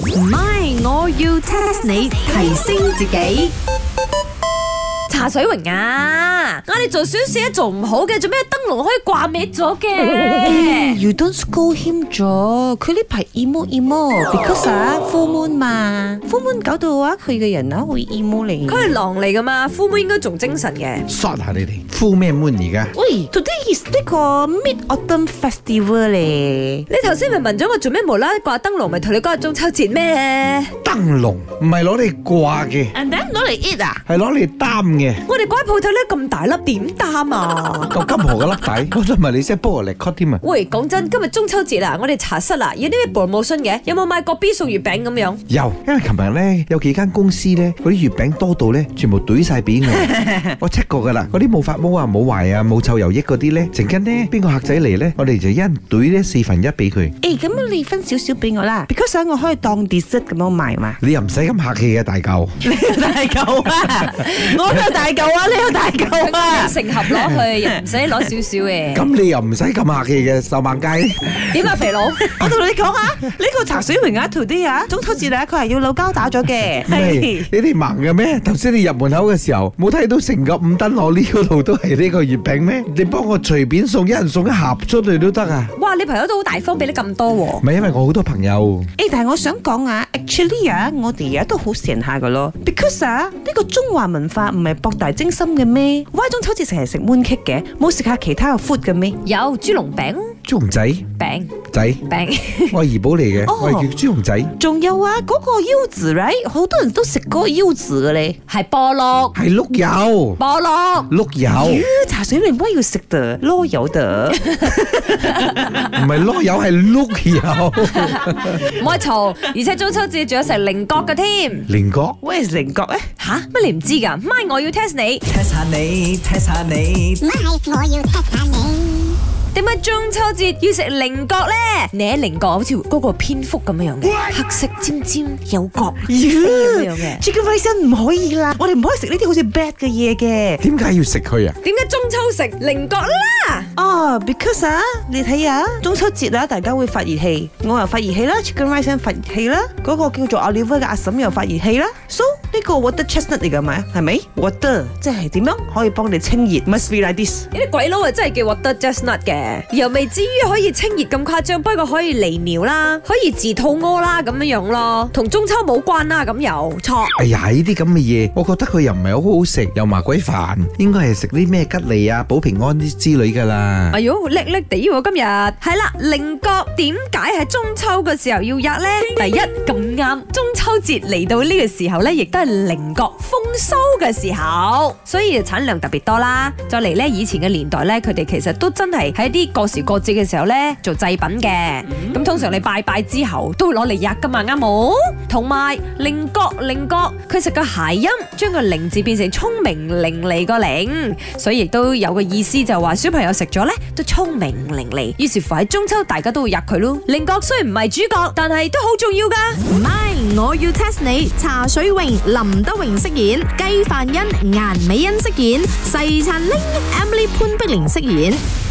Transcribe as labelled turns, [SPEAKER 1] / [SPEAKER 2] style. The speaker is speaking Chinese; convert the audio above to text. [SPEAKER 1] 唔係，我要 test 你提升自己。
[SPEAKER 2] 茶水榮啊，我哋做少少嘢做唔好嘅，做咩燈籠可以掛滅咗 嘅？
[SPEAKER 3] You don't scold him 咗，佢呢排 emo emo，because 啊 full moon 嘛，full moon 搞到啊佢嘅人啊會 emo 嚟。
[SPEAKER 2] 佢係狼嚟噶嘛，夫妹應該仲精神嘅。
[SPEAKER 4] shot 下你哋敷咩 moon 而家？
[SPEAKER 3] 喂，today is 呢個 Mid Autumn Festival 咧，
[SPEAKER 2] 你頭先咪問咗我做咩無啦啦掛燈籠，咪同你講係中秋節咩？
[SPEAKER 4] 燈籠唔係攞嚟掛嘅，
[SPEAKER 3] 人哋攞嚟 eat 啊？
[SPEAKER 4] 係攞嚟擔嘅。
[SPEAKER 2] 我哋嗰間鋪頭咧咁大粒，點擔啊？
[SPEAKER 4] 嚿金河嘅粒底，我都唔係你識波嚟 cut 添啊！
[SPEAKER 2] 喂，講真，今日中秋節啦，我哋茶室啦，有啲咩 promotion 嘅？有冇買個 B 送月餅咁樣？
[SPEAKER 4] 有，因為琴日咧有幾間公司咧，嗰啲月餅多到咧，全部懟晒 俾我，我 check 過噶啦，嗰啲冇發毛啊、冇壞啊、冇臭油益嗰啲咧，陣間咧邊個客仔嚟咧，我哋就一人懟咧四分一俾佢。
[SPEAKER 3] 誒咁你分少少俾我啦，because ah, 啊我可以當 dessert 咁樣賣 嘛。
[SPEAKER 4] 你又唔使咁客氣嘅，大嚿。
[SPEAKER 3] 你有大嚿啊！我有大嚿啊！你有大嚿啊！
[SPEAKER 2] 成盒攞去，又唔使攞少少嘅。
[SPEAKER 4] 咁你又唔使咁客氣嘅，售萬街。
[SPEAKER 2] 點啊，肥佬？
[SPEAKER 3] 我同你講啊，呢個茶水榮啊，today 啊，中秋節啊，佢係要扭膠打咗嘅。
[SPEAKER 4] 你哋盲嘅咩？頭先你入門口嘅時候，冇睇到成個五燈落呢嗰度都係呢個月餅咩？你幫我隨便送一人送一盒出去都得啊！
[SPEAKER 2] 哇，你朋友都好大方，俾你咁多喎、
[SPEAKER 4] 唔係因為我好多朋友，
[SPEAKER 3] 誒，但係我想講啊，actually 啊，我哋啊都好善下噶咯，because 啊，呢個中華文化唔係博大精深嘅咩？Y 中秋節成日食 moon cake 嘅，冇食下其他嘅 food 嘅咩？
[SPEAKER 2] 有豬籠餅、
[SPEAKER 4] 朱紅仔
[SPEAKER 2] 餅
[SPEAKER 4] 仔，
[SPEAKER 2] 餅，
[SPEAKER 4] 我係怡寶嚟嘅，
[SPEAKER 3] 哦
[SPEAKER 4] 我係叫朱紅仔，
[SPEAKER 3] 仲有啊，嗰、個腰子 right，好多人都食嗰個腰子嘅咧。
[SPEAKER 2] 係菠蘿，
[SPEAKER 4] 係碌柚，
[SPEAKER 2] 菠蘿。
[SPEAKER 4] 碌柚，
[SPEAKER 3] 啊茶水明威要食的，攞油的。
[SPEAKER 4] 唔係碌柚係碌柚，
[SPEAKER 2] 唔可以嘈，而且中秋節仲有成菱角嘅添。
[SPEAKER 4] 菱角。
[SPEAKER 3] 喂，菱角咧？
[SPEAKER 2] 吓乜你唔知㗎？咪我要 test 你，
[SPEAKER 5] test 下你，test 下你
[SPEAKER 6] 咪我要 test 下你，
[SPEAKER 2] 點解中秋節要食菱角咧？你喺菱角好似嗰個蝙蝠咁樣嘅，黑色尖尖有角咁樣嘅。
[SPEAKER 3] Chicken rice 唔可以啦，我哋唔可以食呢啲好似 bad 嘅嘢嘅。
[SPEAKER 4] 點解要食佢啊？
[SPEAKER 2] 點解中秋食菱角啦？
[SPEAKER 3] 哦、b e c a u s e 啊，你睇下中秋節啦，大家會發熱氣，我又發熱氣啦，Chicken Rice 發熱氣啦，嗰、個叫做 Oliver 嘅阿嬸又發熱氣啦，so 呢個 water chestnut 嚟㗎嘛，係咪？water 即係點樣可以幫你清熱？Must be like this。
[SPEAKER 2] 呢啲鬼佬啊真係叫 water chestnut 嘅，又未至於可以清熱咁誇張，不過可以利尿啦，可以治肚屙啦咁樣樣咯，同中秋冇關啦咁又錯。
[SPEAKER 4] 哎呀，呢啲咁嘅嘢，我覺得佢又唔係好好食，又麻鬼煩，應該係食啲咩吉利啊、保平安啲之類㗎啦。
[SPEAKER 2] 哎呦，叻叻地喎今日，係啦，菱角點解喺中秋嘅時候要吔呢？第一咁啱，中秋節嚟到呢個時候呢，亦都係菱角豐收嘅時候，所以產量特別多啦。再嚟呢，以前嘅年代呢，佢哋其實都真係喺啲過時過節嘅時候呢做祭品嘅。嗯咁通常你拜拜之後都會攞嚟吔噶嘛，啱冇？同埋菱角，菱角佢食個諧音，將個菱字變成聰明伶俐個伶，所以亦都有個意思就話小朋友食咗呢都聰明伶俐，於是乎喺中秋大家都會吔佢咯。菱角雖然唔係主角，但係都好重要㗎。
[SPEAKER 1] 唔係，我要 test 你。茶水榮、林德榮飾演，雞凡欣、顏美欣飾演，細陳玲、Emily 潘碧玲飾演。